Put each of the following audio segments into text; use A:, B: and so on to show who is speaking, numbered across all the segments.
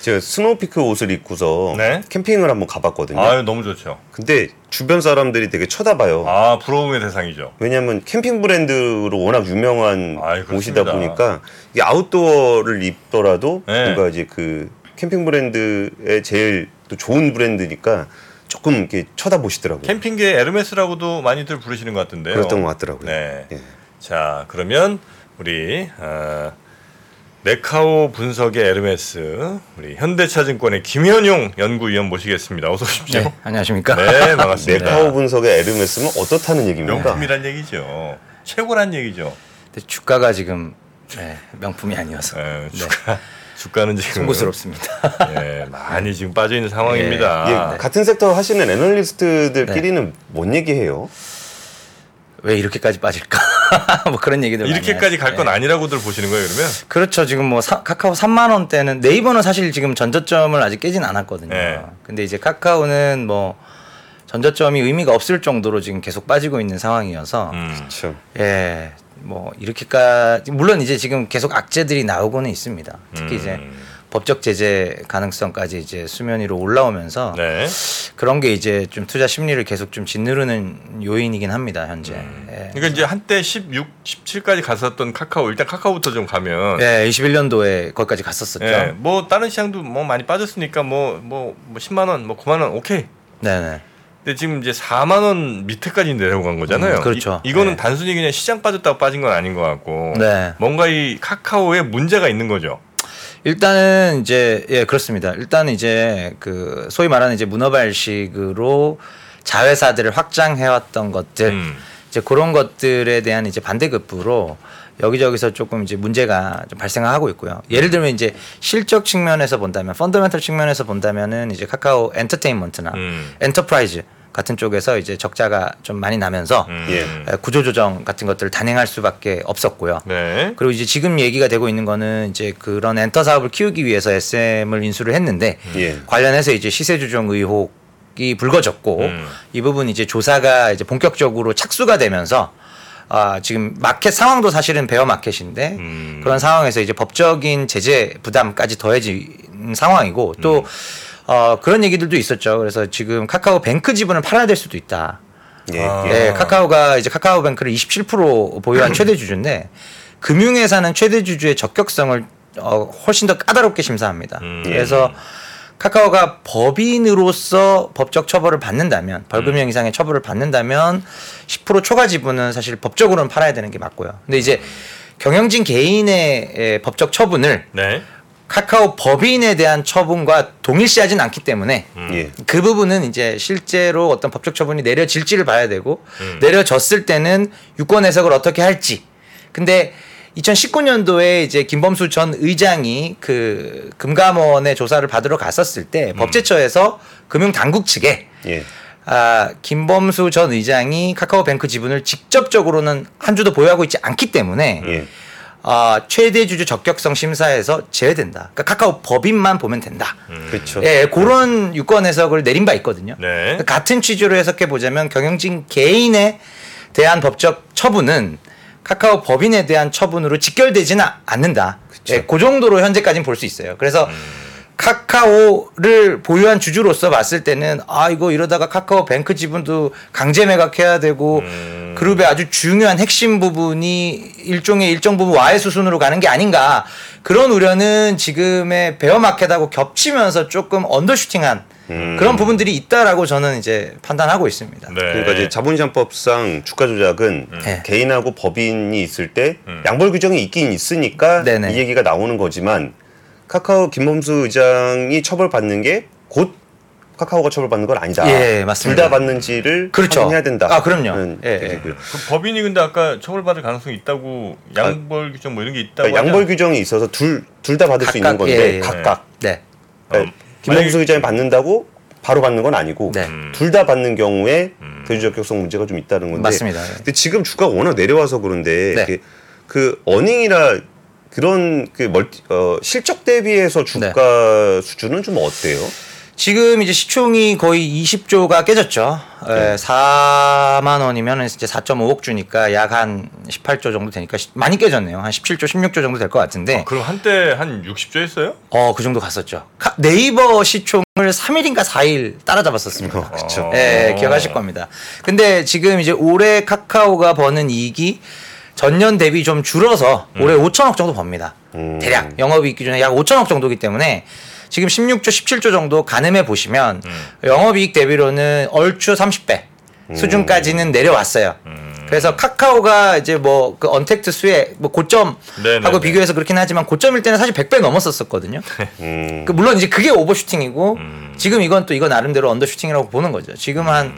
A: 제가 스노우피크 옷을 입고서
B: 네.
A: 캠핑을 한번 가봤거든요.
B: 아유 너무 좋죠.
A: 근데 주변 사람들이 되게 쳐다봐요.
B: 아 부러움의 대상이죠.
A: 왜냐하면 캠핑 브랜드로 워낙 유명한
B: 아이,
A: 옷이다
B: 그렇습니다.
A: 보니까 이게 아웃도어를 입더라도
B: 네.
A: 뭔가 이제 그 캠핑 브랜드의 제일 또 좋은 브랜드니까 조금 이렇게 쳐다보시더라고요.
B: 캠핑계 에르메스라고도 많이들 부르시는 것 같은데요.
A: 그랬던 것 같더라고요.
B: 네.
A: 예.
B: 자 그러면 우리 어, 메카오 분석의 에르메스 우리 현대차증권의 김현용 연구위원 모시겠습니다. 어서 오십시오.
C: 네,
B: 네,
C: 안녕하십니까?
B: 반갑습니다.
A: 메카오 분석의 에르메스는 어떻다는 얘기입니까?
B: 명품이란 얘기죠. 최고란 얘기죠.
C: 근데 주가가 지금 네, 명품이 아니어서
B: 예,
C: 네,
B: 주가 주가는 지금
C: 송구스럽습니다.
B: 예, 많이 지금 빠져 있는 상황입니다.
A: 예, 같은 섹터 하시는 애널리스트들끼리는 뭔 얘기해요?
C: 왜 이렇게까지 빠질까? 뭐 그런 얘기들 많이
B: 이렇게까지 갈
C: 하시죠.
B: 건
C: 네.
B: 아니라고들 보시는 거예요, 그러면?
C: 그렇죠. 지금 뭐 사- 카카오 3만 원대는 네이버는 사실 지금 전저점을 아직 깨진 않았거든요.
B: 네.
C: 근데 이제 카카오는 뭐 전저점이 의미가 없을 정도로 지금 계속 빠지고 있는 상황이어서
B: 음.
A: 참.
C: 예. 뭐 이렇게까지 물론 이제 지금 계속 악재들이 나오고는 있습니다. 특히 이제
B: 음.
C: 법적 제재 가능성까지 이제 수면 위로 올라오면서
B: 네.
C: 그런 게 이제 좀 투자 심리를 계속 좀 짓누르는 요인이긴 합니다 현재. 예.
B: 그러니까 이제 한때 16, 17까지 갔었던 카카오 일단 카카오부터 좀 가면
C: 예, 21년도에 거기까지 갔었었죠.
B: 예, 뭐 다른 시장도 뭐 많이 빠졌으니까 뭐 뭐 뭐 10만 원, 뭐 9만 원 오케이.
C: 네네.
B: 근데 지금 이제 4만 원 밑에까지 내려간 거잖아요.
C: 음, 그렇죠.
B: 이, 이거는
C: 네.
B: 단순히 그냥 시장 빠졌다고 빠진 건 아닌 것 같고
C: 네.
B: 뭔가 이 카카오에 문제가 있는 거죠.
C: 일단은 이제 예 그렇습니다. 일단은 이제 그 소위 말하는 이제 문어발식으로 자회사들을 확장해왔던 것들
B: 음.
C: 이제 그런 것들에 대한 이제 반대급부로 여기저기서 조금 이제 문제가 좀 발생하고 있고요. 예를 들면 이제 실적 측면에서 본다면 펀더멘털 측면에서 본다면은 이제 카카오 엔터테인먼트나
B: 음.
C: 엔터프라이즈 같은 쪽에서 이제 적자가 좀 많이 나면서
B: 음.
A: 예.
C: 에, 구조조정 같은 것들을 단행할 수밖에 없었고요.
B: 네.
C: 그리고 이제 지금 얘기가 되고 있는 거는 이제 그런 엔터 사업을 키우기 위해서 SM을 인수를 했는데
B: 음.
A: 예.
C: 관련해서 이제 시세 조정 의혹이 불거졌고
B: 음.
C: 이 부분 이제 조사가 이제 본격적으로 착수가 되면서 아 지금 마켓 상황도 사실은 베어 마켓인데
B: 음.
C: 그런 상황에서 이제 법적인 제재 부담까지 더해진 상황이고 또
B: 음.
C: 어, 그런 얘기들도 있었죠. 그래서 지금 카카오 뱅크 지분을 팔아야 될 수도 있다.
A: 예,
B: 아.
A: 예.
C: 네, 카카오가 이제 카카오뱅크를 27% 보유한 최대 주주인데 금융회사는 최대 주주의 적격성을 어, 훨씬 더 까다롭게 심사합니다.
B: 음.
C: 그래서 카카오가 법인으로서 법적 처벌을 받는다면 벌금형 이상의 처벌을 받는다면 10% 초과 지분은 사실 법적으로는 팔아야 되는 게 맞고요. 근데 이제 경영진 개인의 에, 법적 처분을
B: 네.
C: 카카오 법인에 대한 처분과 동일시하진 않기 때문에
B: 네.
A: 예.
C: 그 부분은 이제 실제로 어떤 법적 처분이 내려질지를 봐야 되고 내려졌을 때는 유권 해석을 어떻게 할지. 근데 2019년도에 이제 김범수 전 의장이 그 금감원의 조사를 받으러 갔었을 때 법제처에서 금융당국 측에
A: 예.
C: 아, 김범수 전 의장이 카카오뱅크 지분을 직접적으로는 한 주도 보유하고 있지 않기 때문에
A: 예.
C: 아, 최대 주주 적격성 심사에서 제외된다. 그러니까 카카오 법인만 보면 된다.
A: 그렇죠.
C: 예, 그런 유권 해석을 내린 바 있거든요.
B: 네.
C: 같은 취지로 해석해 보자면 경영진 개인에 대한 법적 처분은 카카오 법인에 대한 처분으로 직결되지는 않는다.
A: 그쵸. 음.
C: 예, 그 정도로 현재까지는 볼 수 있어요. 그래서 카카오를 보유한 주주로서 봤을 때는 아 이거 이러다가 카카오 뱅크 지분도 강제 매각해야 되고
A: 음.
C: 그룹의 아주 중요한 핵심 부분이 일종의 일정 부분 와해 수순으로 가는 게 아닌가 그런 우려는 지금의 베어마켓하고 겹치면서 조금 언더슈팅한 그런 부분들이 있다라고 저는 이제 판단하고 있습니다.
B: 음. 네. 음.
A: 그러니까 이제 자본시장법상 주가 조작은
C: 네.
A: 개인하고 법인이 있을 때 양벌 규정이 있긴 있으니까
C: 네네.
A: 이 얘기가 나오는 거지만 카카오 김범수 의장이 처벌받는 게 곧 카카오가 처벌받는 건 아니다.
C: 예, 맞습니다.
A: 둘 다 받는지를
C: 그렇죠.
A: 확인해야 된다. 음,
C: 아, 그럼요.
A: 라는
C: 예, 예.
A: 얘기고요.
B: 그 법인이 근데 아까 처벌받을 가능성이 있다고 양벌 규정 뭐 이런 게 있다고
A: 그러니까 양벌 규정이 있어서 둘 둘 다 받을 수 있는
C: 그렇죠. 각각,
A: 건데
C: 예, 예.
A: 각각
C: 네.
A: 그러니까
B: 어,
A: 김범수
B: 만약에- 음.
A: 의장이 받는다고 바로 받는 건 아니고
C: 네.
A: 둘 다 받는 경우에 대주적격성 문제가 좀 있다는 건데
C: 맞습니다.
A: 근데 지금 주가 워낙 내려와서 그런데
C: 네.
A: 이렇게 그 어닝이나
C: 네.
A: 그런 그 멀티, 어, 실적 대비해서 주가 수준은 좀 어때요?
C: 지금 이제 시총이 거의 20조가 깨졌죠.
B: 네.
C: 예, 4만 원이면 이제 4.5억 주니까 약 한 18조 정도 되니까 시- 많이 깨졌네요. 한 17조, 16조 정도 될 것 같은데
B: 아, 그럼 한때 한 60조 했어요?
C: 어, 그 정도 갔었죠. 카- 네이버 시총을 3일인가 4일
B: 아,
C: 따라잡았었습니다.
B: 어.
A: 그쵸.
B: 그렇죠.
C: 예, 예, 기억하실 겁니다. 근데 지금 이제 올해 카카오가 버는 이익이 전년 대비 좀 줄어서 올해
B: 음.
C: 5천억 정도 법니다.
A: 음.
C: 대략 영업이익 기준에 약 5천억 정도기 때문에 지금 16조, 17조 정도 가늠해 보시면
B: 음.
C: 영업이익 대비로는 얼추 30배 수준까지는 내려왔어요.
B: 음.
C: 그래서 카카오가 이제 뭐 그 언택트 수에 뭐 고점하고
B: 네네네.
C: 비교해서 그렇긴 하지만 고점일 때는 사실 100배 넘었었었거든요.
A: 음,
C: 그 물론 이제 그게 오버슈팅이고
B: 음.
C: 지금 이건 또 이건 나름대로 언더슈팅이라고 보는 거죠. 지금 한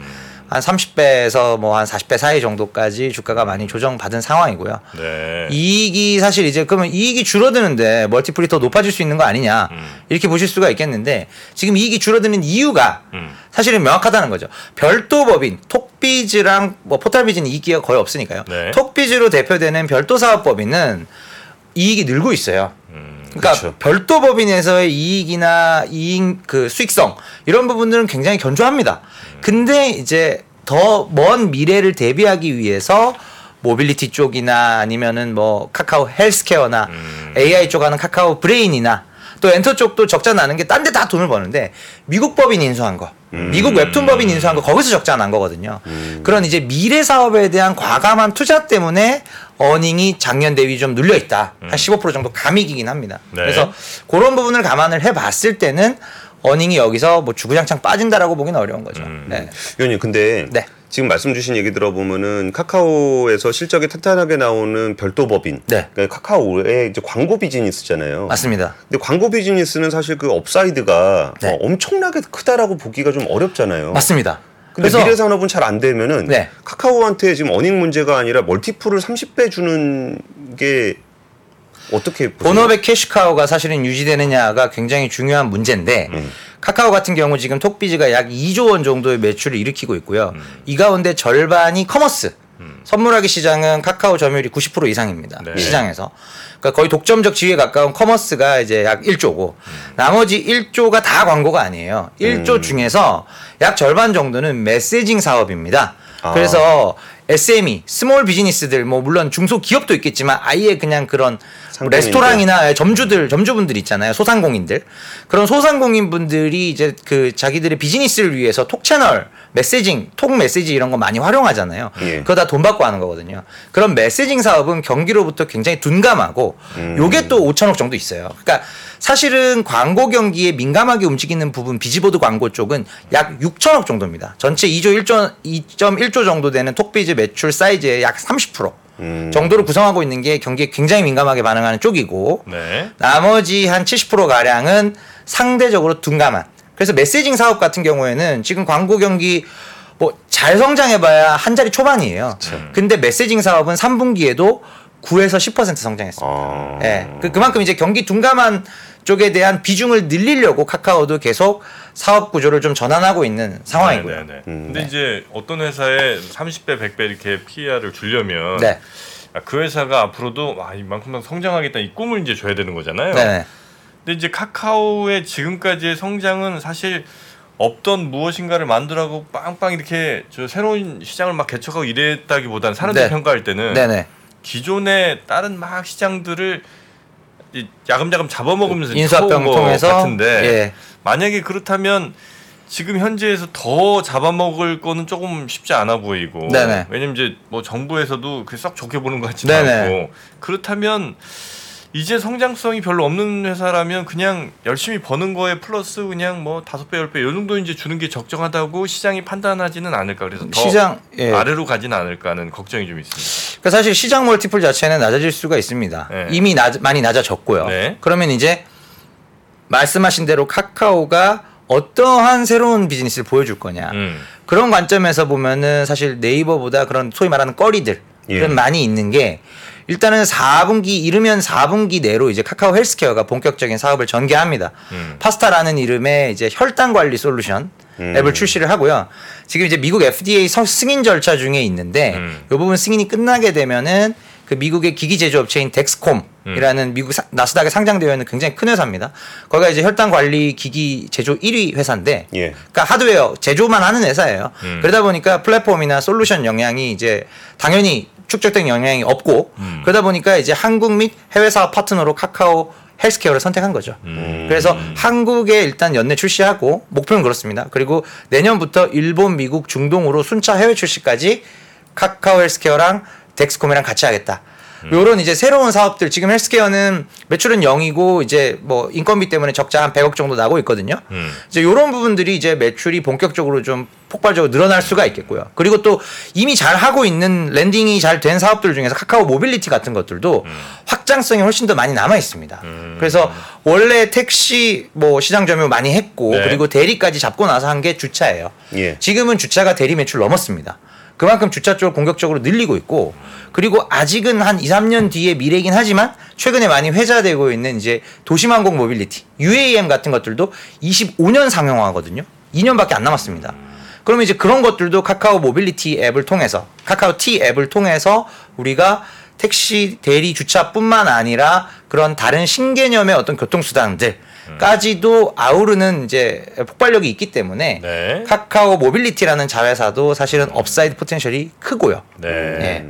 C: 한 30배에서 뭐 한 40배 사이 정도까지 주가가 많이 조정받은 상황이고요.
B: 네.
C: 이익이 사실 이제 그러면 이익이 줄어드는데 멀티플이 더 높아질 수 있는 거 아니냐
B: 음.
C: 이렇게 보실 수가 있겠는데 지금 이익이 줄어드는 이유가
B: 음.
C: 사실은 명확하다는 거죠. 별도 법인 톡비즈랑 뭐 포탈비즈는 이익이 거의 없으니까요.
B: 네.
C: 톡비즈로 대표되는 별도 사업 법인은 이익이 늘고 있어요.
B: 음,
C: 그러니까
B: 그렇죠.
A: 그쵸.
C: 별도 법인에서의 이익이나 이익 그 수익성 이런 부분들은 굉장히 견조합니다. 근데 이제 더 먼 미래를 대비하기 위해서 모빌리티 쪽이나 아니면은 뭐 카카오 헬스케어나 AI 쪽 하는 카카오 브레인이나 또 엔터 쪽도 적자 나는 게 딴 데 다 돈을 버는데 미국 법인 인수한 거, 미국 웹툰 법인 인수한 거 거기서 적자 난 거거든요. 그런 이제 미래 사업에 대한 과감한 투자 때문에 어닝이 작년 대비 좀 눌려 있다. 한 15% 정도 감익이긴 합니다.
B: 네.
C: 그래서 그런 부분을 감안을 해봤을 때는 어닝이 여기서 뭐 주구장창 빠진다라고 보기는 어려운 거죠.
A: 음.
C: 네.
A: 위원님 근데
C: 네.
A: 지금 말씀 주신 얘기 들어보면은 카카오에서 실적이 탄탄하게 나오는 별도 법인,
C: 네.
A: 그러니까 카카오의 이제 광고 비즈니스잖아요.
C: 맞습니다.
A: 근데 광고 비즈니스는 사실 그 업사이드가
C: 네.
A: 어, 엄청나게 크다라고 보기가 좀 어렵잖아요.
C: 맞습니다.
A: 근데
C: 그래서
A: 미래 산업은 잘 안 되면은
C: 네.
A: 카카오한테 지금 어닝 문제가 아니라 멀티플을 30배 주는 게 어떻게 보세요?
C: 그렇죠. 본업의 캐시카우가 사실은 유지되느냐가 굉장히 중요한 문제인데 카카오 같은 경우 지금 톡비즈가 약 2조 원 정도의 매출을 일으키고 있고요. 이 가운데 절반이 커머스. 선물하기 시장은 카카오 점유율이 90% 이상입니다.
B: 네.
C: 시장에서. 그러니까 거의 독점적 지위에 가까운 커머스가 이제 약 1조고 나머지 1조가 다 광고가 아니에요. 1조 중에서 약 절반 정도는 메시징 사업입니다.
A: 아.
C: 그래서 그래서 SME, 스몰 비즈니스들 뭐 물론 중소 기업도 있겠지만 아예 그냥 그런
A: 상공인들.
C: 레스토랑이나 점주들, 점주분들 있잖아요. 소상공인들. 그런 소상공인 분들이 이제 그 자기들의 비즈니스를 위해서 톡 채널, 메시징, 톡 메시지 이런 거 많이 활용하잖아요.
A: 예.
C: 그거 다 돈 받고 하는 거거든요. 그런 메시징 사업은 경기로부터 굉장히 둔감하고 요게 또 5천억 정도 있어요. 그러니까 사실은 광고 경기에 민감하게 움직이는 부분 비지보드 광고 쪽은 약 6천억 정도입니다. 전체 2조 1조 2.1조 정도 되는 톡비즈 매출 사이즈의 약 30%
A: 음.
C: 정도를 구성하고 있는 게 경기에 굉장히 민감하게 반응하는 쪽이고
B: 네.
C: 나머지 한 70% 가량은 상대적으로 둔감한. 그래서 메시징 사업 같은 경우에는 지금 광고 경기 뭐 잘 성장해봐야 한 자리 초반이에요. 근데 메시징 사업은 3분기에도 9에서 10% 성장했습니다.
A: 아...
C: 예. 그, 그만큼 이제 경기 둔감한 쪽에 대한 비중을 늘리려고 카카오도 계속 사업 구조를 좀 전환하고 있는 상황이고요.
B: 네, 네, 네. 근데 이제 어떤 회사에 30배, 100배 이렇게 PER을 주려면
C: 네.
B: 아, 그 회사가 앞으로도 와 이만큼만 성장하겠다 이 꿈을 이제 줘야 되는 거잖아요.
C: 네.
B: 근데 이제 카카오의 지금까지의 성장은 사실 없던 무엇인가를 만들라고 빵빵 이렇게 저 새로운 시장을 막 개척하고 이랬다기보다는 사람들이
C: 네.
B: 평가할 때는
C: 네. 네.
B: 기존의 다른 막 시장들을 이 야금야금 잡아먹으면서
C: 인수합병
B: 쳐온 것
C: 통해서
B: 같은데
C: 예.
B: 만약에 그렇다면 지금 현재에서 더 잡아먹을 거는 조금 쉽지 않아 보이고
C: 네네.
B: 왜냐면 이제 뭐 정부에서도 그게 썩 좋게 보는 것 같지도
C: 네네.
B: 않고 그렇다면 이제 성장성이 별로 없는 회사라면 그냥 열심히 버는 거에 플러스 그냥 뭐 다섯 배 열 배 요 정도 이제 주는 게 적정하다고 시장이 판단하지는 않을까 그래서 더
C: 시장 예.
B: 아래로 가지는 않을까 하는 걱정이 좀 있습니다.
C: 그 사실 시장 멀티플 자체는 낮아질 수가 있습니다.
B: 네.
C: 이미 낮- 많이 낮아졌고요.
B: 네.
C: 그러면 이제 말씀하신 대로 카카오가 어떠한 새로운 비즈니스를 보여줄 거냐.
B: 음.
C: 그런 관점에서 보면은 사실 네이버보다 그런 소위 말하는 꺼리들은
A: 예.
C: 많이 있는 게 일단은 4분기 이르면 4분기 내로 이제 카카오 헬스케어가 본격적인 사업을 전개합니다.
B: 음.
C: 파스타라는 이름의 이제 혈당 관리 솔루션 앱을 출시를 하고요. 지금 이제 미국 FDA 서- 승인 절차 중에 있는데
B: 음.
C: 이 부분 승인이 끝나게 되면은 그 미국의 기기 제조업체인 덱스콤 이라는 미국 사- 나스닥에 상장되어 있는 굉장히 큰 회사입니다. 거기가 이제 혈당 관리 기기 제조 1위 회사인데
A: 예.
C: 그러니까 하드웨어 제조만 하는 회사예요. 그러다 보니까 플랫폼이나 솔루션 영향이 이제 당연히 축적된 영향이 없고 그러다 보니까 이제 한국 및 해외 사업 파트너로 카카오 헬스케어를 선택한 거죠. 그래서 한국에 일단 연내 출시하고 목표는 그렇습니다. 그리고 내년부터 일본, 미국, 중동으로 순차 해외 출시까지 카카오 헬스케어랑 덱스콤이랑 같이 하겠다. 음. 요런 이제 새로운 사업들 지금 헬스케어는 매출은 0이고 이제 뭐 인건비 때문에 적자 한 100억 정도 나고 있거든요. 이제 요런 부분들이 이제 매출이 본격적으로 좀 폭발적으로 늘어날 수가 있겠고요. 그리고 또 이미 잘 하고 있는 랜딩이 잘 된 사업들 중에서 카카오 모빌리티 같은 것들도 확장성이 훨씬 더 많이 남아 있습니다. 그래서 원래 택시 뭐 시장 점유 많이 했고
B: 네.
C: 그리고 대리까지 잡고 나서 한 게 주차예요.
A: 예.
C: 지금은 주차가 대리 매출 넘었습니다. 그만큼 주차 쪽을 공격적으로 늘리고 있고 그리고 아직은 한 2, 3년 뒤의 미래이긴 하지만 최근에 많이 회자되고 있는 이제 도심항공 모빌리티 UAM 같은 것들도 25년 상용화거든요. 2년밖에 안 남았습니다. 그러면 이제 그런 것들도 카카오 모빌리티 앱을 통해서 카카오 T 앱을 통해서 우리가 택시 대리 주차뿐만 아니라 그런 다른 신개념의 어떤 교통수단들까지도 아우르는 이제 폭발력이 있기 때문에
B: 네.
C: 카카오 모빌리티라는 자회사도 사실은 업사이드 포텐셜이 크고요.
B: 네.
C: 예.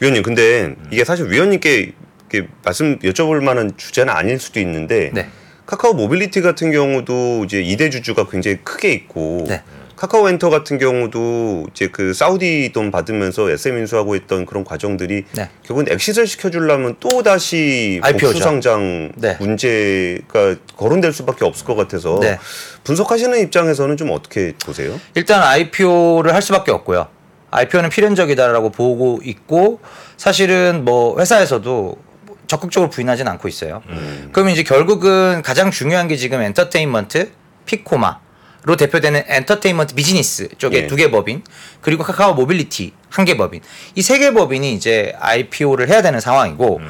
A: 위원님 근데 이게 사실 위원님께 이렇게 말씀 여쭤볼 만한 주제는 아닐 수도 있는데
C: 네.
A: 카카오 모빌리티 같은 경우도 이제 이대 주주가 굉장히 크게 있고
C: 네.
A: 카카오 엔터 같은 경우도 이제 그 사우디 돈 받으면서 SM 인수하고 했던 그런 과정들이
C: 네.
A: 결국은 엑시을 시켜주려면 또 다시
C: IPO 죠.
A: 복수 상장
C: 네.
A: 문제가 거론될 수밖에 없을 것 같아서
C: 네.
A: 분석하시는 입장에서는 좀 어떻게 보세요?
C: 일단 IPO를 할 수밖에 없고요. IPO는 필연적이다라고 보고 있고 사실은 뭐 회사에서도 적극적으로 부인하진 않고 있어요. 그럼 이제 결국은 가장 중요한 게 지금 엔터테인먼트 피코마로 대표되는 엔터테인먼트 비즈니스 쪽에
A: 예.
C: 두 개 법인 그리고 카카오 모빌리티 한 개 법인 이 세 개 법인이 이제 IPO를 해야 되는 상황이고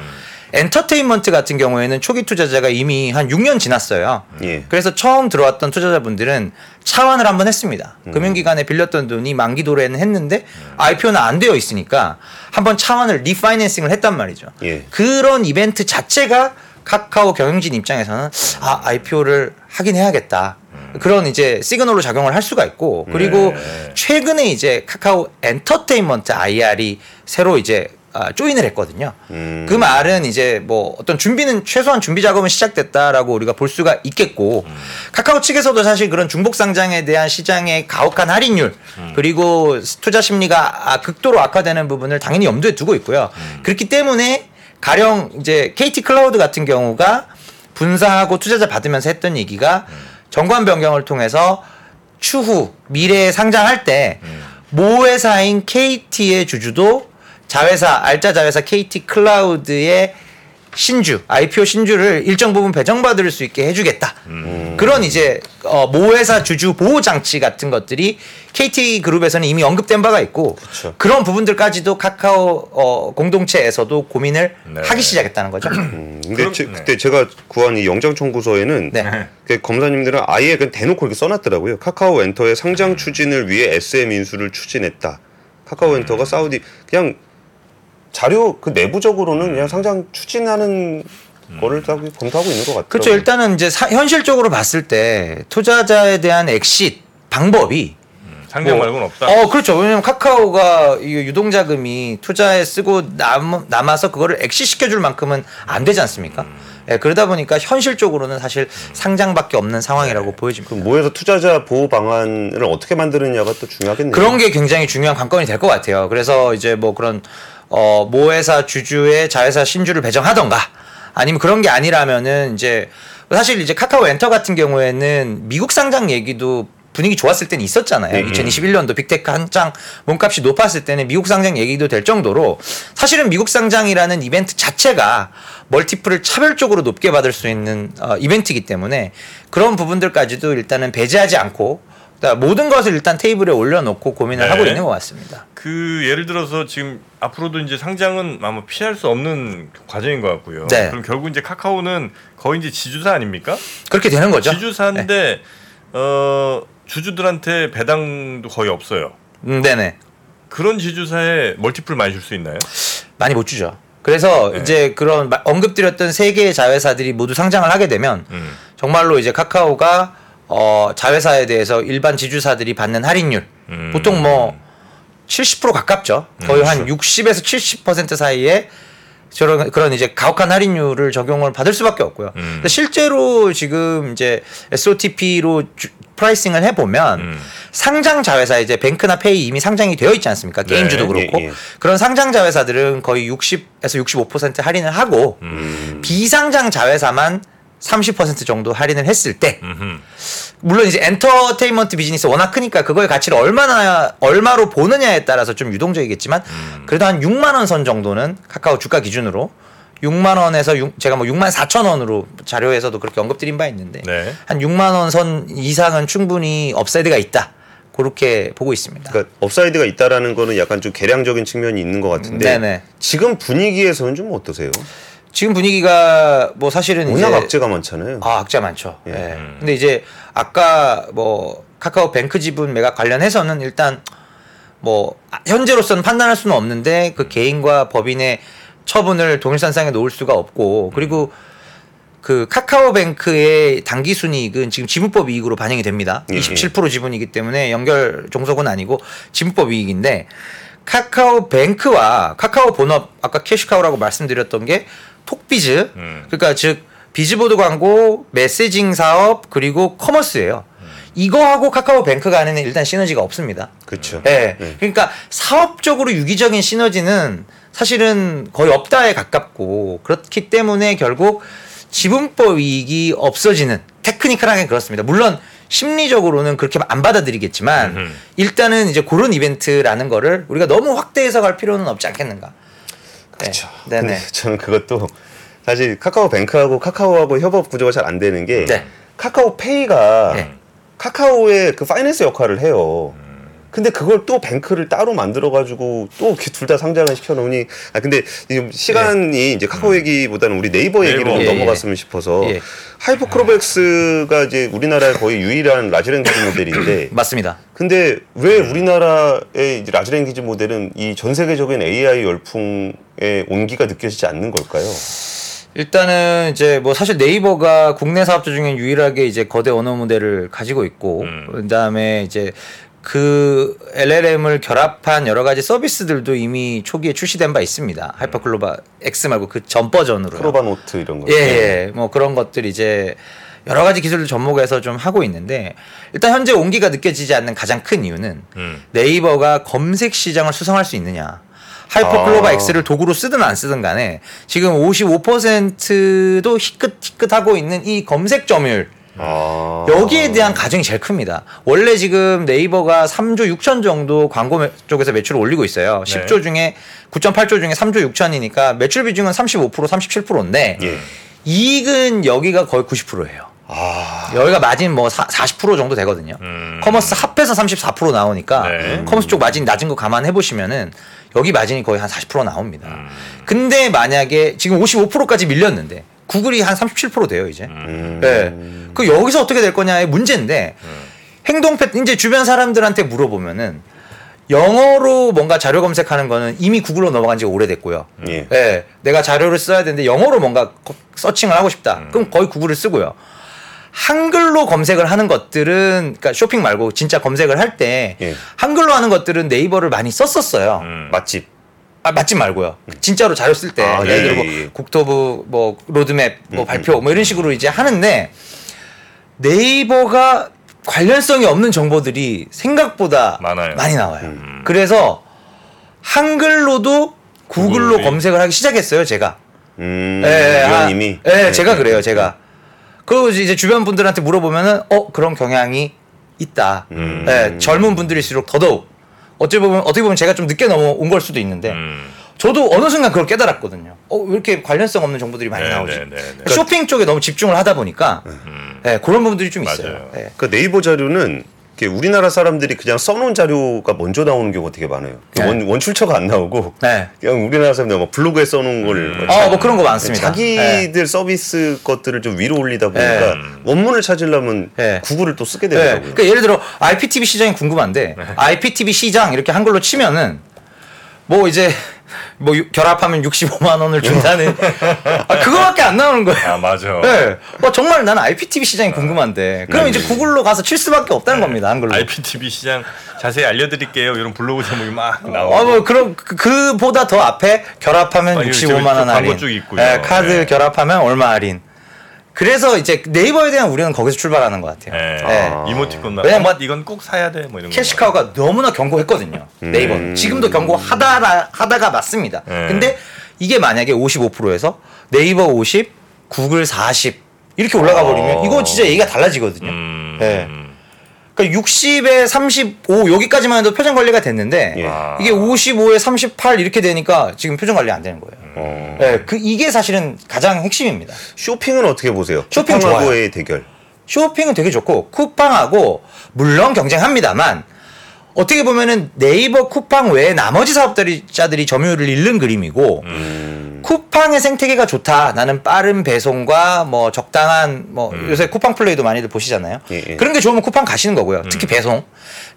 C: 엔터테인먼트 같은 경우에는 초기 투자자가 이미 한 6년 지났어요.
A: 예.
C: 그래서 처음 들어왔던 투자자분들은 차환을 한번 했습니다. 금융기관에 빌렸던 돈이 만기 도래는 했는데 IPO는 안 되어 있으니까 한번 차환을 리파이낸싱을 했단 말이죠.
A: 예.
C: 그런 이벤트 자체가 카카오 경영진 입장에서는 아 IPO를 하긴 해야겠다. 그런 이제 시그널로 작용을 할 수가 있고 그리고 최근에 이제 카카오 엔터테인먼트 IR이 새로 이제 아, 조인을 했거든요.
A: 음.
C: 그 말은 이제 뭐 어떤 준비는 최소한 준비 작업은 시작됐다라고 우리가 볼 수가 있겠고 카카오 측에서도 사실 그런 중복 상장에 대한 시장의 가혹한 할인율 그리고 투자 심리가 아, 극도로 악화되는 부분을 당연히 염두에 두고 있고요. 그렇기 때문에 가령 이제 KT 클라우드 같은 경우가 분사하고 투자자 받으면서 했던 얘기가 정관 변경을 통해서 추후 미래에 상장할 때 모회사인 KT의 주주도 자회사 알짜 자회사 KT 클라우드의 신주 IPO 신주를 일정 부분 배정받을 수 있게 해주겠다 그런 이제 어, 모회사 주주 보호 장치 같은 것들이 KT 그룹에서는 이미 언급된 바가 있고
A: 그쵸.
C: 그런 부분들까지도 카카오 어, 공동체에서도 고민을
B: 네.
C: 하기 시작했다는 거죠.
A: 근데
B: 그럼-
A: 제-
B: 네.
A: 그때 제가 구한 이 영장 청구서에는
C: 네.
A: 그 검사님들은 아예 그냥 대놓고 이렇게 써놨더라고요. 카카오 엔터의
C: 음.
A: 상장 추진을 위해 SM 인수를 추진했다. 카카오 엔터가 사우디 그냥 자료 그 내부적으로는 그냥 상장 추진하는 거를 다 검토하고 있는 것 같아요.
C: 음. 그렇죠. 일단은 이제 사- 현실적으로 봤을 때 투자자에 대한 엑싯 방법이
B: 상장
C: 뭐,
B: 말고는 없다.
C: 어, 그렇죠. 왜냐면 카카오가 이 유동자금이 투자에 쓰고 남, 남아서 그거를 엑시시켜줄 만큼은 안 되지 않습니까?
B: 음.
C: 예, 그러다 보니까 현실적으로는 사실 상장밖에 없는
B: 네.
C: 상황이라고 보여집니다.
A: 그럼 모여서 투자자 보호 방안을 어떻게 만드느냐가 또 중요하겠네요.
C: 그런 게 굉장히 중요한 관건이 될 것 같아요. 그래서 이제 뭐 그런 어, 모회사 주주의 자회사 신주를 배정하던가 아니면 그런 게 아니라면은 이제 사실 이제 카카오 엔터 같은 경우에는 미국 상장 얘기도 분위기 좋았을 때는 있었잖아요. 2021년도 빅테크 한창 몸값이 높았을 때는 미국 상장 얘기도 될 정도로 사실은 미국 상장이라는 이벤트 자체가 멀티플을 차별적으로 높게 받을 수 있는 어, 이벤트이기 때문에 그런 부분들까지도 일단은 배제하지 않고 그러니까 모든 것을 일단 테이블에 올려놓고 고민을
B: 네.
C: 하고 있는 것 같습니다.
B: 그 예를 들어서 지금 앞으로도 이제 상장은 아마 피할 수 없는 과정인 것 같고요.
C: 네.
B: 그럼 결국 이제 카카오는 거의 이제 지주사 아닙니까?
C: 그렇게 되는 거죠. 네.
B: 지주사인데 어 주주들한테 배당도 거의 없어요.
C: 음, 네네.
B: 그런 지주사에 멀티플 많이 줄 수 있나요?
C: 많이 못 주죠. 그래서
B: 네.
C: 이제 그런 마- 언급드렸던 세 개의 자회사들이 모두 상장을 하게 되면
B: 음.
C: 정말로 이제 카카오가 어, 자회사에 대해서 일반 지주사들이 받는 할인율
B: 음.
C: 보통 뭐 70% 가깝죠. 거의 한
B: 그렇죠.
C: 60에서 70% 사이에 저런 그런 이제 가혹한 할인율을 적용을 받을 수밖에 없고요.
B: 음.
C: 근데 실제로 지금 이제 SOTP로 프라이싱을 해 보면
B: 음.
C: 상장 자회사 이제 뱅크나 페이 이미 상장이 되어 있지 않습니까?
B: 네.
C: 게임주도 그렇고
A: 예, 예.
C: 그런 상장 자회사들은 거의 60에서 65% 할인을 하고
B: 음.
C: 비상장 자회사만 30% 정도 할인을 했을 때
B: 음흠.
C: 물론 이제 엔터테인먼트 비즈니스 워낙 크니까 그거의 가치를 얼마나 얼마로 보느냐에 따라서 좀 유동적이겠지만
A: 음.
C: 그래도 한 6만 원 선 정도는 카카오 주가 기준으로 6만 원에서 육- 제가 뭐 6만 4천 원으로 자료에서도 그렇게 언급드린 바 있는데
B: 네.
C: 한 6만 원 선 이상은 충분히 업사이드가 있다 그렇게 보고 있습니다.
A: 그러니까 업사이드가 있다라는 거는 약간 좀 계량적인 측면이 있는 것 같은데
C: 네네.
A: 지금 분위기에서는 좀 어떠세요?
C: 지금 분위기가 뭐 사실은
A: 워낙
C: 이제
A: 악재가 많잖아요.
C: 아, 악재 많죠. 예. 근데 이제 아까 뭐 카카오 뱅크 지분 매각 관련해서는 일단 뭐 아, 현재로서는 판단할 수는 없는데 그 개인과 법인의 처분을 동일선상에 놓을 수가 없고 그리고 그 카카오뱅크의 단기 순이익은 지금 지분법 이익으로 반영이 됩니다.
A: 예, 예.
C: 27% 지분이기 때문에 연결 종속은 아니고 지분법 이익인데 카카오뱅크와 카카오본업 아까 캐시카우라고 말씀드렸던 게 톡비즈
B: 음.
C: 그러니까 즉 비즈보드 광고, 메시징 사업 그리고 커머스예요.
A: 음.
C: 이거하고 카카오뱅크 간에는 일단 시너지가 없습니다.
A: 그렇죠.
C: 예.
A: 네.
C: 그러니까 사업적으로 유기적인 시너지는 사실은 거의 없다에 가깝고 그렇기 때문에 결국 지분법 이익이 없어지는 테크니컬하게 그렇습니다. 물론 심리적으로는 그렇게 안 받아들이겠지만
B: 음흠.
C: 일단은 이제 그런 이벤트라는 거를 우리가 너무 확대해서 갈 필요는 없지 않겠는가.
A: 그렇죠.
C: 네.
A: 근데
C: 네네.
A: 저는 그것도 사실 카카오뱅크하고 카카오하고 협업 구조가 잘 안 되는 게
C: 네.
A: 카카오페이가
C: 네.
A: 카카오의 그 파이낸스 역할을 해요. 근데 그걸 또 뱅크를 따로 만들어 가지고 또 둘 다 상장을 시켜 놓으니 아 근데 지금 시간이 이제 카카오 얘기보다는 우리 네이버 얘기로
B: 네이버.
A: 좀
C: 네. 예, 예.
A: 넘어갔으면 싶어서
C: 예.
A: 하이퍼크로벡스가 이제 우리나라의 거의 유일한 라지랭귀지 모델인데
C: 맞습니다.
A: 근데 왜
C: 네.
A: 우리나라의 이제 라지 랭귀지 모델은 이 전 세계적인 AI 열풍의 온기가 느껴지지 않는 걸까요?
C: 일단은 이제 뭐 사실 네이버가 국내 사업자 중에 유일하게 이제 거대 언어 모델을 가지고 있고 그다음에 이제 그 LLM을 결합한 여러 가지 서비스들도 이미 초기에 출시된 바 있습니다. 하이퍼클로바 X 말고 그 전 버전으로. 요
A: 크로바 노트 이런 거. 네.
C: 예, 예. 뭐 그런 것들 이제 여러 가지 기술을 접목해서 좀 하고 있는데 일단 현재 온기가 느껴지지 않는 가장 큰 이유는
B: 음.
C: 네이버가 검색 시장을 수성할 수 있느냐. 하이퍼클로바
A: 아.
C: X를 도구로 쓰든 안 쓰든 간에 지금 55%도 희끗희끗하고 있는 이 검색 점유율
A: 아.
C: 여기에 대한 가정이 제일 큽니다. 원래 지금 네이버가 3조 6천 정도 광고 매- 쪽에서 매출을 올리고 있어요.
A: 네.
C: 10조 중에 9.8조 중에 3조 6천이니까 매출 비중은 35% 37%인데
A: 예.
C: 이익은 여기가 거의 90%예요.
A: 아.
C: 여기가 마진 뭐 40% 정도 되거든요.
B: 음.
C: 커머스 합해서 34% 나오니까
B: 네.
C: 커머스 쪽 마진 낮은 거 감안해 보시면은 여기 마진이 거의 한 40% 나옵니다.
A: 음.
C: 근데 만약에 지금 55%까지 밀렸는데 구글이 한 37% 돼요 이제.
A: 음.
C: 예. 그 여기서 어떻게 될 거냐의 문제인데 행동 패턴 이제 주변 사람들한테 물어보면은 영어로 뭔가 자료 검색하는 거는 이미 구글로 넘어간 지 오래됐고요.
A: 예.
C: 예, 내가 자료를 써야 되는데 영어로 뭔가 거- 서칭을 하고 싶다.
A: 음.
C: 그럼 거의 구글을 쓰고요. 한글로 검색을 하는 것들은 그러니까 쇼핑 말고 진짜 검색을 할 때
A: 예.
C: 한글로 하는 것들은 네이버를 많이 썼었어요.
B: 음.
A: 맛집.
C: 아 맞지 말고요. 진짜로 자료 쓸 때
A: 아,
C: 예를
A: 예,
C: 들어 뭐
A: 예, 예.
C: 국토부 뭐 로드맵 뭐
A: 음,
C: 발표 뭐 이런 식으로 이제 하는데 네이버가 관련성이 없는 정보들이 생각보다
B: 많아요.
C: 많이 나와요. 그래서 한글로도 구글로
B: 구글이.
C: 검색을 하기 시작했어요, 제가.
A: 음.
C: 예,
A: 위원님이. 네,
C: 아, 예,
B: 네,
C: 제가 그래요, 제가. 그리고 이제 주변 분들한테 물어보면은 어 그런 경향이 있다.
A: 음.
C: 예, 젊은 분들일수록 더더욱 어찌 보면 어떻게 보면 제가 좀 늦게 넘어온 걸 수도 있는데
B: 음.
C: 저도 어느 순간 그걸 깨달았거든요. 어, 왜 이렇게 관련성 없는 정보들이 많이
B: 네,
C: 나오지? 그러니까
B: 네, 네, 네.
C: 쇼핑 쪽에 너무 집중을 하다 보니까 예, 그런 부분들이 좀 있어요.
B: 맞아요.
C: 예.
A: 그 네이버 자료는 이렇게 우리나라 사람들이 그냥 써놓은 자료가 먼저 나오는 경우가 되게 많아요.
C: 네.
A: 원, 원출처가 안 나오고
C: 네.
A: 그냥 우리나라 사람들 막 블로그에 써놓은 걸
C: 아, 뭐 그런 거 많습니다. 예.
A: 자기들 서비스 것들을 좀 위로 올리다 보니까
C: 예.
A: 원문을 찾으려면
C: 예.
A: 구글을 또 쓰게
C: 예.
A: 되더라고요.
C: 그러니까 예를 들어 IPTV 시장이 궁금한데 IPTV 시장 이렇게 한글로 치면은 뭐 이제 뭐 유- 결합하면 65만 원을 준다는 아, 그거밖에 안 나오는 거예요.
D: 아 맞아.
C: 네. 어, 정말 나는 IPTV 시장이 궁금한데. 그럼 이제 구글로 가서 칠 수밖에 없다는 겁니다. 한글로.
B: IPTV 시장 자세히 알려드릴게요. 이런 블로그 제목이 막 나오고.
C: 아, 뭐, 그럼, 그- 그보다 더 앞에 결합하면
B: 아, 이거 이제
C: 65만원
B: 광고
C: 할인.
B: 쭉 있고요.
C: 예, 카드
B: 네.
C: 결합하면 얼마 할인. 그래서 이제 네이버에 대한 우려는 거기서 출발하는 것 같아요.
D: 네.
C: 네.
A: 아.
B: 이모티콘 나.
C: 왜냐면
B: 엄마, 이건 꼭 사야 돼. 뭐 이런 거.
C: 캐시카우가 너무나 경고했거든요. 네이버 는 지금도 경고하다 하다가 맞습니다.
D: 음. 네.
C: 근데 이게 만약에 55%에서 네이버 50, 구글 40 이렇게 올라가 버리면 이거 진짜 얘기가 달라지거든요.
D: 어. 음.
C: 네. 그러니까 60에 35 여기까지만 해도 표정 관리가 됐는데
A: 예.
C: 이게 55에 38 이렇게 되니까 지금 표정 관리 안 되는
D: 음.
C: 거예요.
A: 어.
C: 네, 그 이게 사실은 가장 핵심입니다.
A: 쇼핑은 어떻게 보세요?
C: 쇼핑
A: 쿠팡하고의 대결.
C: 쇼핑은 되게 좋고 쿠팡하고 물론 경쟁합니다만 어떻게 보면은 네이버 쿠팡 외에 나머지 사업자들이 점유율을 잃는 그림이고
A: 음.
C: 쿠팡의 생태계가 좋다. 나는 빠른 배송과 뭐 적당한 뭐 요새 쿠팡 플레이도 많이들 보시잖아요.
A: 음. 예, 음. 예.
C: 그런 게 좋으면 쿠팡 가시는 거고요. 특히 배송.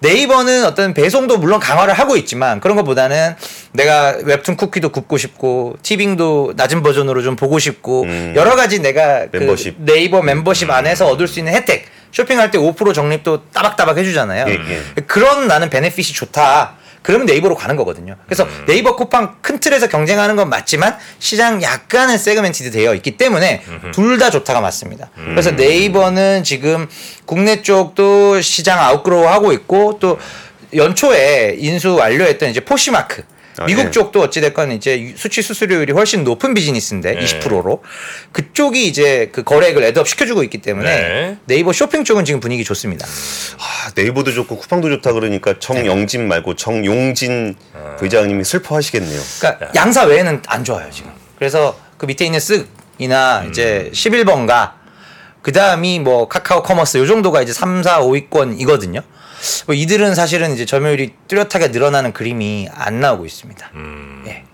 C: 네이버는 어떤 배송도 물론 강화를 하고 있지만 그런 것보다는 내가 웹툰 쿠키도 굽고 싶고 티빙도 낮은 버전으로 좀 보고 싶고 여러 가지 내가 그
A: 음. 멤버십.
C: 네이버 멤버십
A: 음.
C: 안에서 얻을 수 있는 혜택. 쇼핑할 때 5% 적립도 따박따박 해주잖아요.
A: 예, 예.
C: 그런 나는 베네핏이 좋다. 그러면 네이버로 가는 거거든요. 그래서
A: 음.
C: 네이버 쿠팡 큰 틀에서 경쟁하는 건 맞지만 시장 약간은 세그멘티드 되어 있기 때문에 둘 다 좋다가 맞습니다. 그래서
A: 음.
C: 네이버는 지금 국내 쪽도 시장 아웃그로우 하고 있고 또 연초에 인수 완료했던 이제 포시마크
A: 아,
C: 미국
A: 예.
C: 쪽도 어찌됐건 이제 유- 수치 수수료율이 훨씬 높은 비즈니스인데 20%로 그쪽이 이제 그 거래액을 애드업 시켜주고 있기 때문에
D: 네.
C: 네. 이버 쇼핑 쪽은 지금 분위기 좋습니다.
A: 아, 네이버도 좋고 쿠팡도 좋다 그러니까 정영진 말고 정용진
C: 아.
A: 부회장님이 슬퍼하시겠네요.
C: 그러니까 양사 외에는 안 좋아요 지금. 그래서 그 밑에 있는 쓱이나 이제 11번가 그 다음이 뭐 카카오 커머스 요 정도가 이제 3, 4, 5위권이거든요. 뭐 이들은 사실은 이제 점유율이 뚜렷하게 늘어나는 그림이 안 나오고 있습니다. 예.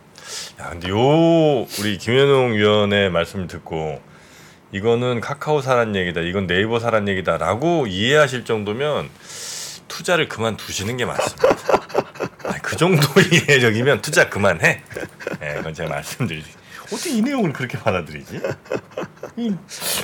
D: 야, 근데 요 우리 김현웅 위원의 말씀을 듣고 이거는 카카오 사란 얘기다. 이건 네이버 사란 얘기다라고 이해하실 정도면 투자를 그만두시는 게 맞습니다. 아니, 그 정도 이해력이면 투자 그만해. 예, 그건 제가 말씀드리죠. 어떻게 이 내용을 그렇게 받아들이지? 이,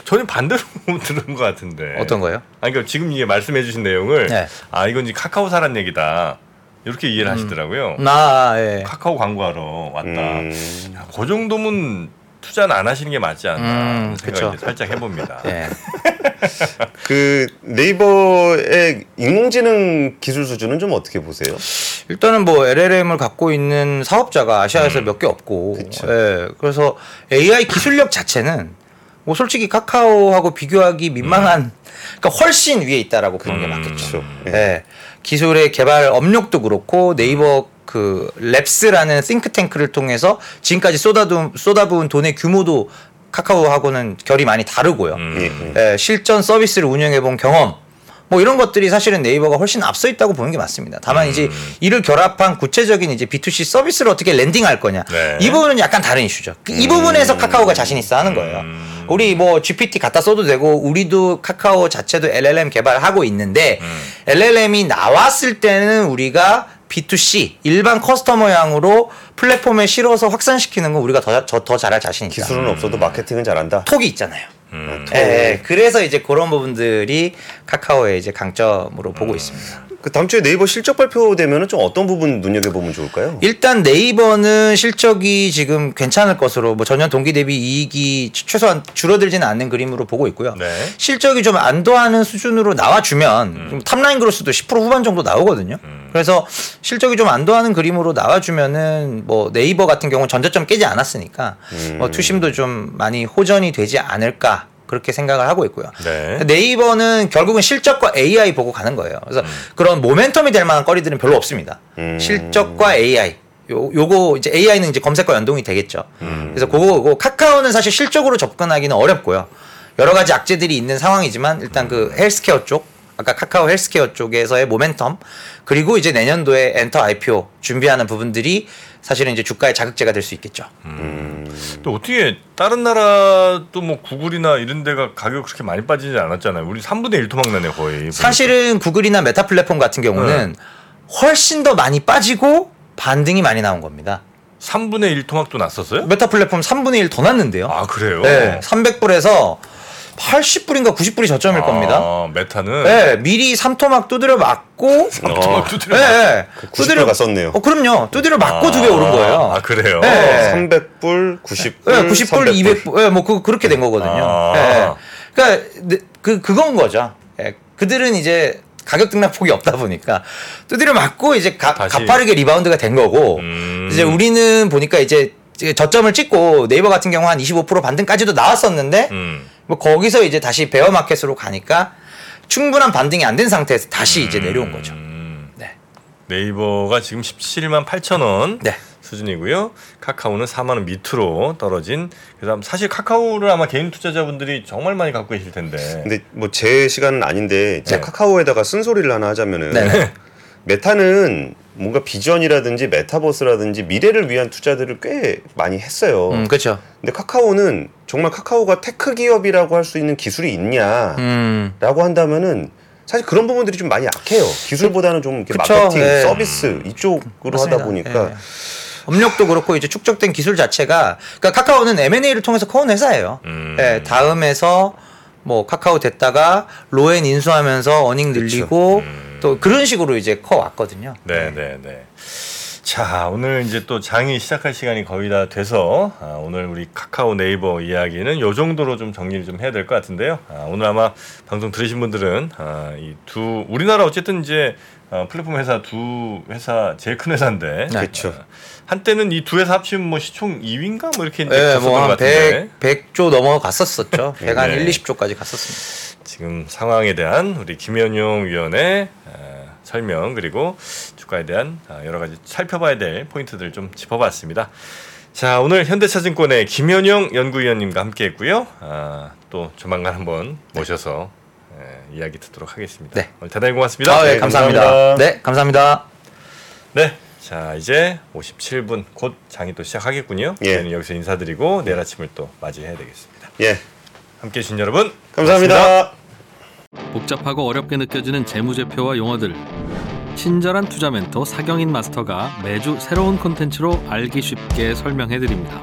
D: 전혀 반대로 들은 것 같은데.
C: 어떤 거예요?
D: 아니, 그러니까 지금 이게 말씀해주신 내용을
C: 네. 음.
D: 아 이건 이제 카카오 사란 얘기다 이렇게 이해를 하시더라고요.
C: 나 아, 예.
D: 카카오 광고하러 왔다.
A: 음.
D: 야, 그 정도면 투자는 안 하시는 게 맞지 않나
C: 음,
D: 하는
C: 그쵸.
D: 생각이 이제 살짝 해봅니다.
C: 예.
A: 그 네이버의 인공지능 기술 수준은 좀 어떻게 보세요?
C: 일단은 뭐 LLM을 갖고 있는 사업자가 아시아에서 몇 개 없고,
A: 음. 그쵸.
C: 예, 그래서 AI 기술력 자체는 뭐 솔직히 카카오하고 비교하기 민망한,
A: 음.
C: 그러니까 훨씬 위에 있다라고 보는 게 맞겠죠.
A: 그렇죠. 예.
C: 예. 기술의 개발 업력도 그렇고 네이버 그 랩스라는 싱크탱크를 통해서 지금까지 쏟아둔 쏟아부은 돈의 규모도 카카오하고는 결이 많이 다르고요.
A: 예,
D: 음.
A: 예.
C: 예, 실전 서비스를 운영해 본 경험 뭐 이런 것들이 사실은 네이버가 훨씬 앞서 있다고 보는 게 맞습니다. 다만 이제
D: 음.
C: 이를 결합한 구체적인 이제 B2C 서비스를 어떻게 랜딩할 거냐
D: 네.
C: 이 부분은 약간 다른 이슈죠. 그이
A: 음.
C: 부분에서 카카오가 자신 있어 하는 거예요. 우리 뭐 GPT 갖다 써도 되고 우리도 카카오 자체도 LLM 개발하고 있는데
A: 음.
C: LLM이 나왔을 때는 우리가 B2C 일반 커스터머향으로 플랫폼에 실어서 확산시키는 건 우리가 더, 저- 더 잘할 자신 있다.
A: 기술은 없어도 마케팅은 잘한다. 어,
C: 톡이 있잖아요.
D: 음.
C: 음. 예, 예, 그래서 이제 그런 부분들이 카카오의 이제 강점으로 보고 있습니다.
A: 그 다음 주에 네이버 실적 발표되면은 좀 어떤 부분 눈여겨 보면 좋을까요?
C: 일단 네이버는 실적이 지금 괜찮을 것으로 뭐 전년 동기 대비 이익이 최- 최소한 줄어들지는 않는 그림으로 보고 있고요.
D: 네.
C: 실적이 좀 안도하는 수준으로 나와주면 좀 탑라인 그로스도 10% 후반 정도 나오거든요. 그래서 실적이 좀 안도하는 그림으로 나와주면은 뭐 네이버 같은 경우는 전저점 깨지 않았으니까 뭐 투심도 좀 많이 호전이 되지 않을까 그렇게 생각을 하고 있고요.
D: 네.
C: 네이버는 결국은 실적과 AI 보고 가는 거예요. 그래서 그런 모멘텀이 될 만한 거리들은 별로 없습니다. 실적과 AI. 요, 요거 이제 AI는 이제 검색과 연동이 되겠죠. 그래서 그거, 그 카카오는 사실 실적으로 접근하기는 어렵고요. 여러 가지 악재들이 있는 상황이지만 일단 그 헬스케어 쪽 아까 카카오 헬스케어 쪽에서의 모멘텀 그리고 이제 내년도에 엔터 IPO 준비하는 부분들이 사실은 이제 주가의 자극제가 될 수 있겠죠.
D: 또 어떻게 다른 나라도 뭐 구글이나 이런 데가 가격 그렇게 많이 빠지지 않았잖아요. 우리 3분의 1토막 나네 거의.
C: 사실은 구글이나 메타
B: 네.
C: 플랫폼 같은 경우는 훨씬 더 많이 빠지고 반등이 많이 나온 겁니다.
B: 3분의 1 토막도 났었어요?
C: 메타 플랫폼 3분의 1 더 났는데요.
B: 아 그래요?
C: 네, 300불에서 80불인가 90불이 저점일 겁니다.
B: 아, 메타는
C: 네, 미리 삼토막 두드려 맞고
B: 토막 그 두드려
C: 네, 네.
A: 90불 갔었네요.
C: 어, 그럼요. 두드려 맞고 두 배 오른 거예요.
B: 아 그래요?
C: 네.
A: 300불, 90불,
C: 네, 90불,
A: 300불.
C: 200불, 네, 뭐 그, 그렇게 된 거거든요.
B: 음, 아.
C: 예. 그러니까 네, 그 그건 거죠. 예, 그들은 이제 가격 등락폭이 없다 보니까 두드려 맞고 이제 가,
B: 다시.
C: 가파르게 리바운드가 된 거고
B: 음.
C: 이제 우리는 보니까 이제 이제 저점을 찍고 네이버 같은 경우 한 25% 반등까지도 나왔었는데
B: 음.
C: 뭐 거기서 이제 다시 베어 마켓으로 가니까 충분한 반등이 안 된 상태에서 다시 이제 내려온 거죠.
B: 음.
C: 네.
B: 네이버가 지금 17만 8천 원
C: 네.
B: 수준이고요. 카카오는 4만 원 밑으로 떨어진. 그래서 사실 카카오를 아마 개인 투자자분들이 정말 많이 갖고 계실 텐데.
A: 근데 뭐 제 시간은 아닌데 제가
C: 네.
A: 카카오에다가 쓴소리를 하나 하자면은
C: 네.
A: 메타는 뭔가 비전이라든지 메타버스라든지 미래를 위한 투자들을 꽤 많이 했어요.
C: 음, 그렇죠.
A: 근데 카카오는 정말 카카오가 테크 기업이라고 할 수 있는 기술이 있냐?
C: 음.
A: 라고 한다면은 사실 그런 부분들이 좀 많이 약해요. 기술보다는 좀 이렇게
C: 그쵸,
A: 마케팅,
C: 예.
A: 서비스 이쪽으로
C: 그렇습니다.
A: 하다 보니까
C: 예. 업력도 그렇고 이제 축적된 기술 자체가 그러니까 카카오는 M&A를 통해서 커온 회사예요.
B: 음.
C: 예, 다음에서 뭐 카카오 됐다가 로엔 인수하면서 어닝 늘리고 또 그런 식으로 이제 커 왔거든요.
B: 네, 네, 네. 자, 오늘 이제 또 장이 시작할 시간이 거의 다 돼서 아, 오늘 우리 카카오 네이버 이야기는 요 정도로 좀 정리를 좀 해야 될 것 같은데요. 아, 오늘 아마 방송 들으신 분들은 아, 이 두 우리나라 어쨌든 이제 어, 플랫폼 회사 두 회사 제일 큰 회사인데
C: 네.
A: 그렇죠.
B: 아, 한때는 이 두 회사 합치면 뭐 시총 2위인가 뭐 이렇게 이제
C: 예,
B: 갔었던 것
C: 뭐한
B: 같은데
C: 100, 100조 넘어갔었었죠. 100 한
B: 네.
C: 1, 20조까지 갔었습니다.
B: 지금 상황에 대한 우리 김현용 위원의 어, 설명 그리고 주가에 대한 어, 여러 가지 살펴봐야 될 포인트들 좀 짚어봤습니다. 자 오늘 현대차증권의 김현용 연구위원님과 함께했고요. 아, 또 조만간 한번 모셔서 예, 이야기 듣도록 하겠습니다.
C: 네.
B: 오늘 대단히 고맙습니다.
C: 아, 예,
A: 네,
C: 감사합니다.
A: 감사합니다.
C: 네, 감사합니다.
B: 네. 자 이제 57분 곧 장이 또 시작하겠군요.
A: 예.
B: 저희는 여기서 인사드리고
C: 예.
B: 내일 아침을 또 맞이해야 되겠습니다.
C: 네.
A: 예.
B: 함께해 주신 여러분
A: 감사합니다.
E: 복잡하고 어렵게 느껴지는 재무제표와 용어들 친절한 투자 멘토 사경인 마스터가 매주 새로운 콘텐츠로 알기 쉽게 설명해 드립니다.